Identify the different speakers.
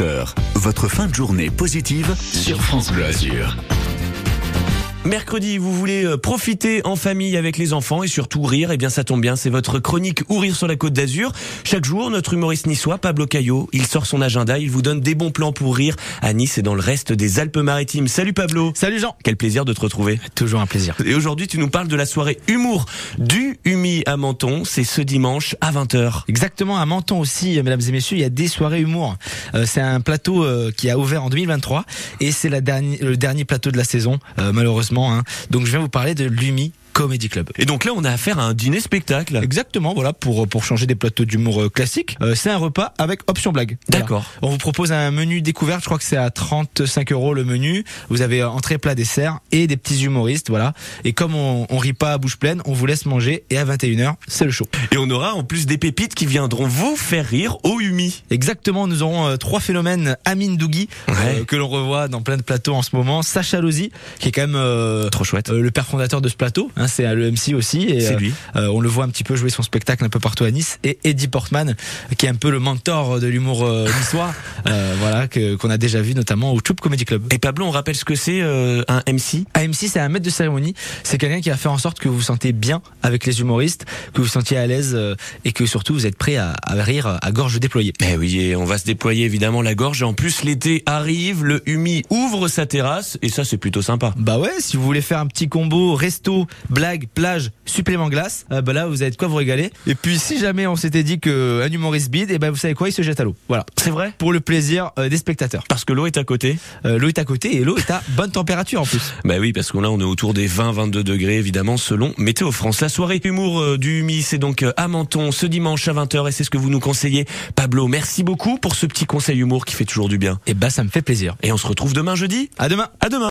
Speaker 1: Heures. Votre fin de journée positive sur France Bleu Azur.
Speaker 2: Mercredi, vous voulez euh, profiter en famille avec les enfants et surtout rire, eh bien ça tombe bien, c'est votre chronique Ou rire sur la côte d'Azur. Chaque jour, notre humoriste niçois, Pablo Caillot, il sort son agenda, il vous donne des bons plans pour rire à Nice et dans le reste des Alpes-Maritimes. Salut Pablo
Speaker 3: Salut Jean
Speaker 2: Quel plaisir de te retrouver.
Speaker 3: Toujours un plaisir.
Speaker 2: Et aujourd'hui, tu nous parles de la soirée humour du Humi à Menton, c'est ce dimanche à 20h.
Speaker 3: Exactement, à Menton aussi, euh, mesdames et messieurs, il y a des soirées humour. Euh, c'est un plateau euh, qui a ouvert en 2023 et c'est la dernière, le dernier plateau de la saison, euh, malheureusement. hein. Donc je viens vous parler de l'UMI Comedy Club.
Speaker 2: Et donc là, on a affaire à un dîner-spectacle.
Speaker 3: Exactement, voilà, pour, pour changer des plateaux d'humour euh, classiques. Euh, c'est un repas avec option blague. Voilà.
Speaker 2: D'accord.
Speaker 3: On vous propose un menu découverte, je crois que c'est à 35 euros le menu. Vous avez euh, entrée, plat, dessert et des petits humoristes, voilà. Et comme on, on rit pas à bouche pleine, on vous laisse manger et à 21h, c'est le show.
Speaker 2: Et on aura en plus des pépites qui viendront vous faire rire au Humi.
Speaker 3: Exactement, nous aurons euh, trois phénomènes Amine Dougi euh,
Speaker 2: Ouais.
Speaker 3: que l'on revoit dans plein de plateaux en ce moment, Sacha Lozzi qui est quand même euh,
Speaker 2: Trop chouette.
Speaker 3: euh, le père fondateur de ce plateau, hein, c'est à l'EMC aussi et
Speaker 2: C'est
Speaker 3: euh,
Speaker 2: lui.
Speaker 3: euh, on le voit un petit peu jouer son spectacle un peu partout à Nice et Eddie Portman euh, qui est un peu le mentor de l'humour euh, niçois euh, voilà que qu'on a déjà vu notamment au Choup Comedy Club.
Speaker 2: Et Pablo, on rappelle ce que c'est euh, un MC
Speaker 3: AMC, c'est un maître de cérémonie. C'est quelqu'un qui va faire en sorte que vous vous sentez bien avec les humoristes, que vous vous sentiez à l'aise euh, et que surtout vous êtes prêt à, à rire à gorge déployée.
Speaker 2: Eh oui, et on va se déployer évidemment la gorge. Et en plus, l'été arrive, le Humi ouvre sa terrasse, et ça, c'est plutôt sympa.
Speaker 3: Bah ouais, si vous voulez faire un petit combo resto, blague, plage, supplément glace, euh, bah là vous avez de quoi vous régaler. Et puis si jamais on s'était dit que un humoriste bide, et ben vous savez quoi, il se jette à l'eau. Voilà.
Speaker 2: C'est vrai
Speaker 3: Pour le plaisir euh, des spectateurs.
Speaker 2: Parce que l'eau est à côté
Speaker 3: Euh, l'eau est à côté et l'eau est à bonne température en plus.
Speaker 2: Bah oui, parce que là, on est autour des 20-22 degrés, évidemment, selon Météo France. La soirée humour euh, du Humi, c'est donc euh, à Menton, ce dimanche à 20h, et c'est ce que vous nous conseillez. Pablo, merci beaucoup pour ce petit conseil humour qui fait toujours du bien.
Speaker 3: Et bah ça me fait plaisir.
Speaker 2: Et on se retrouve demain jeudi
Speaker 3: À demain.
Speaker 2: À demain